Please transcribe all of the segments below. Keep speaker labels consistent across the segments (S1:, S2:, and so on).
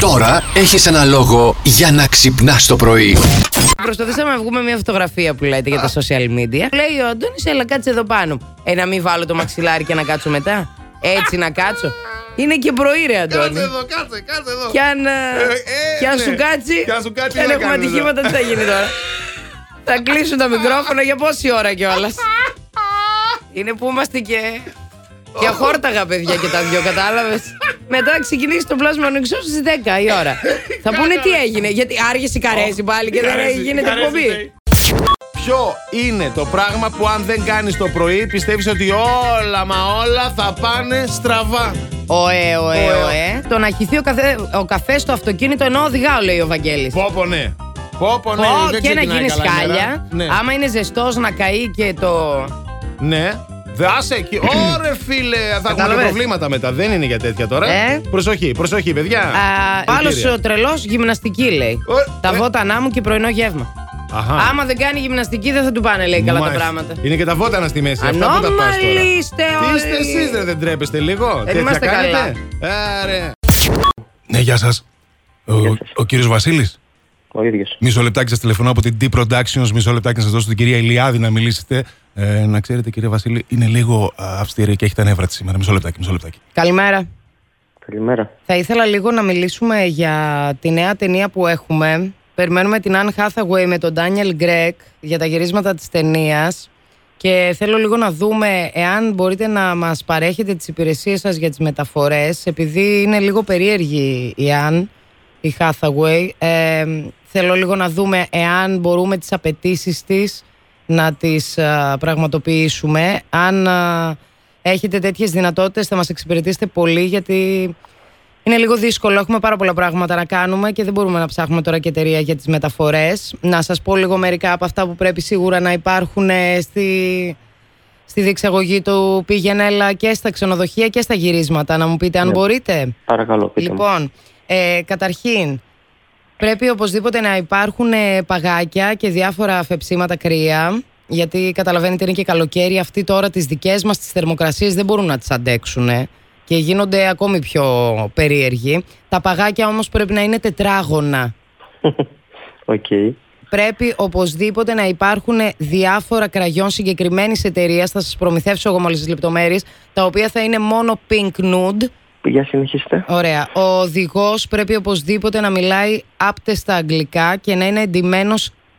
S1: Τώρα έχεις ένα λόγο για να ξυπνάς το πρωί.
S2: Προσπαθήσαμε να βγούμε μια φωτογραφία που λέτε για τα social media. Λέει ο Αντώνης, έλα κάτσε εδώ πάνω. Ε, να μην βάλω το μαξιλάρι και να κάτσω μετά. Έτσι να κάτσω. Είναι και πρωί, ρε Αντώνη.
S3: Κάτσε εδώ, κάτσε, κάτσε εδώ.
S2: Κι αν, ε,
S3: ε,
S2: κι αν
S3: ναι.
S2: σου κάτσει.
S3: Κι αν σου κάτσει,
S2: κι αν
S3: τι θα
S2: έχουμε
S3: κάνουμε
S2: ατυχήματα, τι
S3: τώρα.
S2: θα γίνει τώρα. θα κλείσουν τα μικρόφωνα για πόση ώρα κιόλας. Είναι που είμαστε και. Και χόρταγα, παιδιά, και τα δυο, κατάλαβες. Μετά ξεκινήσει το πλάσμα ανοιξό στι 10 η ώρα. θα πούνε τι έγινε. Γιατί άργησε η καρέζη πάλι και δεν
S3: Καρέζι,
S2: γίνεται
S3: καρέζι,
S2: εκπομπή.
S3: λέει. Ποιο είναι το πράγμα που αν δεν κάνεις το πρωί πιστεύεις ότι όλα μα όλα θα πάνε στραβά.
S2: Ωε, ωε,
S3: Ωε.
S2: ωε. Το να χυθεί ο, καφέ, ο καφές στο αυτοκίνητο ενώ οδηγάω, λέει ο Βαγγέλης.
S3: Πόπο ναι. Πόπο ναι.
S2: Πω,
S3: δεν
S2: και να
S3: ξεκινάει
S2: γίνεις
S3: καλά η μέρα.
S2: σκάλια.
S3: Ναι.
S2: Άμα είναι ζεστός να καεί και το.
S3: Ναι. Δάσε εκεί. Ωρε φίλε, θα έχουμε και
S2: Κατάλαβες.
S3: προβλήματα μετά. Δεν είναι για τέτοια τώρα.
S2: Ε.
S3: Προσοχή, προσοχή, παιδιά.
S2: Άλλο
S3: Κριτήρια.
S2: ο τρελός Ε, γυμναστική λέει.
S3: Ω,
S2: Τα
S3: ε.
S2: βότανά μου και πρωινό γεύμα.
S3: Αχα.
S2: Άμα δεν κάνει γυμναστική δεν θα του πάνε λέει Ε, καλά τα
S3: Μάλιστα.
S2: πράγματα.
S3: Είναι και τα βότανα στη μέση. Αυτά που τα πας τώρα.
S2: Ανώμαλοι είστε
S3: Τι
S2: όλοι.
S3: είστε εσείς, ρε, δεν τρέπεστε λίγο.
S2: Δεν είμαστε
S3: κάνετε. Ε, Άρε.
S4: Ναι, γεια σας. Ο, ο κύριος Βασίλης.
S5: Ο ίδιος.
S4: Μισό λεπτάκι σας τηλεφωνώ από την D Productions. Μισό λεπτάκι να σας δώσω την κυρία Ηλιάδη να μιλήσετε. Ε, να ξέρετε, κύριε Βασίλη, είναι λίγο α, αυστηρή και έχει τα νεύρα της σήμερα. Μισό λεπτάκι, μισό λεπτάκι.
S2: Καλημέρα.
S5: Καλημέρα.
S2: Θα ήθελα λίγο να μιλήσουμε για τη νέα ταινία που έχουμε. Περιμένουμε την Αν Hathaway με τον Daniel Greg για τα γυρίσματα της ταινίας. Και θέλω λίγο να δούμε εάν μπορείτε να μας παρέχετε τις υπηρεσίες σας για τις μεταφορές επειδή είναι λίγο περίεργη η Αν, η Hathaway. Ε, θέλω λίγο να δούμε εάν μπορούμε τις απαιτήσεις της να τις α, πραγματοποιήσουμε. Αν α, έχετε τέτοιες δυνατότητες θα μας εξυπηρετήσετε πολύ γιατί είναι λίγο δύσκολο. Έχουμε πάρα πολλά πράγματα να κάνουμε και δεν μπορούμε να ψάχνουμε τώρα και εταιρεία για τις μεταφορές. Να σας πω λίγο μερικά από αυτά που πρέπει σίγουρα να υπάρχουν ε, στη, στη διεξαγωγή του πήγαινε έλα και στα ξενοδοχεία και στα γυρίσματα. Να μου πείτε αν
S5: Ναι.
S2: μπορείτε.
S5: Παρακαλώ, πείτε μου.
S2: Λοιπόν, ε, καταρχήν, πρέπει οπωσδήποτε να υπάρχουν ε, παγάκια και διάφορα αφεψίματα κρύα. Γιατί καταλαβαίνετε είναι και καλοκαίρι. Αυτοί τώρα τις δικές μας τις θερμοκρασίες δεν μπορούν να τις αντέξουν ε, και γίνονται ακόμη πιο περίεργοι. Τα παγάκια όμως πρέπει να είναι τετράγωνα.
S5: Οκ.
S2: Πρέπει οπωσδήποτε να υπάρχουν ε, διάφορα κραγιόν συγκεκριμένης εταιρείας. Θα σας προμηθεύσω εγώ μόλις τις λεπτομέρειες, τα οποία θα είναι μόνο pink nude.
S5: Για συνεχίστε.
S2: Ωραία. Ο οδηγός πρέπει οπωσδήποτε να μιλάει άπτε στα αγγλικά και να είναι εντυμένος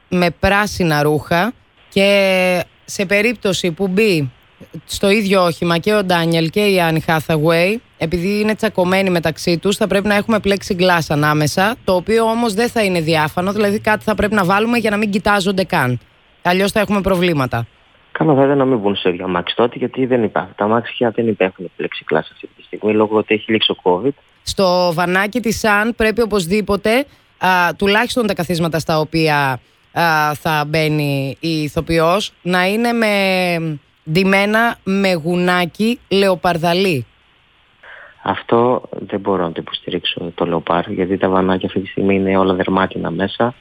S2: με πράσινα ρούχα. Και σε περίπτωση που μπει στο ίδιο όχημα και ο Ντάνιελ και η Άννη Χάθαγουέι, επειδή είναι τσακωμένοι μεταξύ τους, θα πρέπει να έχουμε plexiglass ανάμεσα, το οποίο όμως δεν θα είναι διάφανο, δηλαδή κάτι θα πρέπει να βάλουμε για να μην κοιτάζονται καν. Αλλιώς θα έχουμε προβλήματα.
S5: Καλό θα ήταν να μην μπουν σε δύο αμάξι τότε, γιατί δεν υπάρχουν. Τα αμάξια δεν υπάρχουν plexiglass αυτή τη στιγμή, λόγω ότι έχει λήξει ο COVID.
S2: στο βανάκι της ΣΑΝ πρέπει οπωσδήποτε α, τουλάχιστον τα καθίσματα στα οποία α, θα μπαίνει η ηθοποιός να είναι με ντυμένα με γουνάκι λεοπαρδαλή.
S5: Αυτό δεν μπορώ να το υποστηρίξω το λεοπάρ, γιατί τα βανάκια αυτή τη στιγμή είναι όλα δερμάτινα μέσα.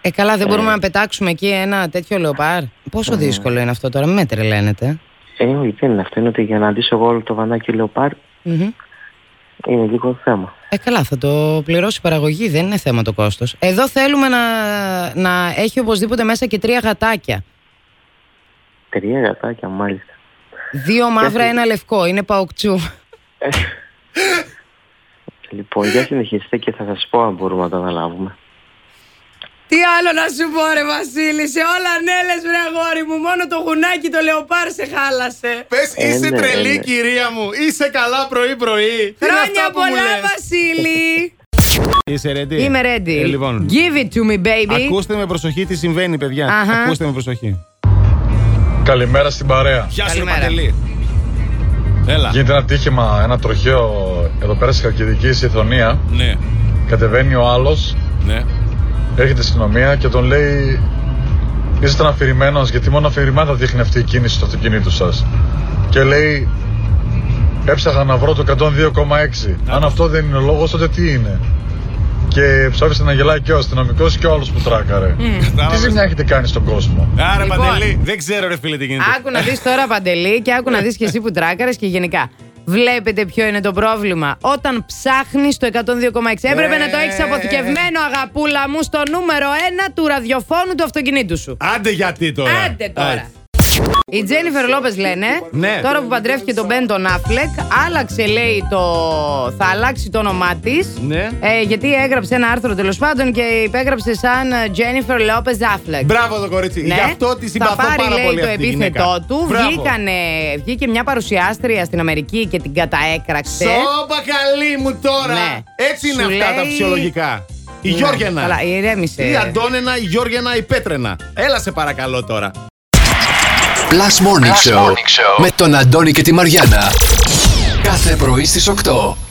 S2: Ε, καλά, δεν μπορούμε να πετάξουμε εκεί ένα τέτοιο λεοπάρ. Πόσο δύσκολο είναι αυτό τώρα, μην με τρελαίνετε.
S5: Ε, όχι, δεν είναι αυτό. Είναι ότι για να ντύσω εγώ όλο το βανάκι λεοπάρ
S2: Μμμ.
S5: είναι λίγο θέμα.
S2: Ε, καλά, θα το πληρώσει η παραγωγή, δεν είναι θέμα το κόστος. Εδώ θέλουμε να, να έχει οπωσδήποτε μέσα και τρία γατάκια.
S5: Τρία γατάκια, μάλιστα.
S2: Δύο μαύρα, ένα λευκό. Είναι παοκτσού.
S5: Λοιπόν, για συνεχίστε και θα σας πω αν μπορούμε να το αναλάβουμε.
S2: Τι άλλο να σου πω ρε Βασίλη, σε όλα ναι λες βρε αγόρι μου, μόνο το γουνάκι το λεοπάρ σε χάλασε.
S3: Πες,
S5: Ε,
S3: είσαι
S5: ναι,
S3: τρελή,
S5: ναι.
S3: κυρία μου. Είσαι καλά πρωί-πρωί. Τι είναι
S2: Χρόνια
S3: αυτά που μου
S2: πολλά
S3: λες?
S2: Βασίλη.
S3: Είσαι ready.
S2: Είμαι ready.
S3: Ε, λοιπόν,
S2: Give it to me baby.
S3: ακούστε με προσοχή τι συμβαίνει, παιδιά.
S2: Αχα.
S3: Ακούστε με προσοχή.
S6: Καλημέρα στην παρέα.
S4: Γεια σου, ρε
S2: Καλημέρα.
S4: Παντελή. Έλα.
S6: Γίνεται ένα τύχημα, ένα τροχαίο εδώ πέρα στη Χαλκιδική, στη Θονία.
S4: Ναι,
S6: Κατεβαίνει ο άλλος,
S4: ναι.
S6: έρχεται η αστυνομία και τον λέει Ήσασταν αφηρημένος, γιατί μόνο αφηρημένα δείχνει αυτή η κίνηση του αυτοκινήτου σας. Και λέει Έψαχα να βρω το 102,6. Αν αυτό δεν είναι ο λόγος, τότε τι είναι. Και ψάφισε να γελάει και ο αστυνομικός και ο άλλος που τράκαρε. Τι ζημιά έχετε κάνει στον κόσμο.
S4: Άρα,
S2: Λοιπόν.
S4: Παντελή, δεν ξέρω, ρε φίλε, τι γίνεται.
S2: Άκου να δεις τώρα Παντελή και άκου να δεις και εσύ που τράκαρες και γενικά. Βλέπετε ποιο είναι το πρόβλημα. Όταν ψάχνεις το 102,6. Έπρεπε να το
S3: Ε.
S2: έχει αποθηκευμένο, αγαπούλα μου, στο νούμερο 1 του ραδιοφώνου του αυτοκινήτου σου.
S3: Άντε γιατί τώρα.
S2: Άντε τώρα.
S3: Άντε.
S2: Η Τζένιφερ Λόπες λένε,
S3: Ναι.
S2: τώρα που παντρεύτηκε τον Μπεν τον Αφλεκ, άλλαξε λέει το. θα αλλάξει το όνομά της.
S3: Ναι.
S2: Ε, γιατί έγραψε ένα άρθρο τέλος πάντων και υπέγραψε σαν Τζένιφερ Λόπες Αφλεκ.
S3: Μπράβο το κορίτσι. Γι' αυτό τη συμπαθώ
S2: Ναι. θα πάρει,
S3: πάρα
S2: λέει,
S3: πολύ
S2: το
S3: αυτή τη
S2: επίθετό
S3: γυναίκα.
S2: του.
S3: Μπράβο.
S2: Βγήκανε, βγήκε μια παρουσιάστρια στην Αμερική και την καταέκραξε.
S3: Σόπα καλή μου τώρα.
S2: ε. Ναι.
S3: Έτσι είναι
S2: Σου
S3: αυτά τα
S2: λέει-
S3: φυσιολογικά. Η
S2: Ναι,
S3: Γιώργενα.
S2: Καλά, ε. ηρέμησε.
S3: Η Αντώνενα, η Γιώργενα, η Πέτρενα. Έλα σε παρακαλώ τώρα.
S1: Plus Morning, Show, με τον Αντώνη και τη Μαριάνα. Κάθε πρωί στις 8.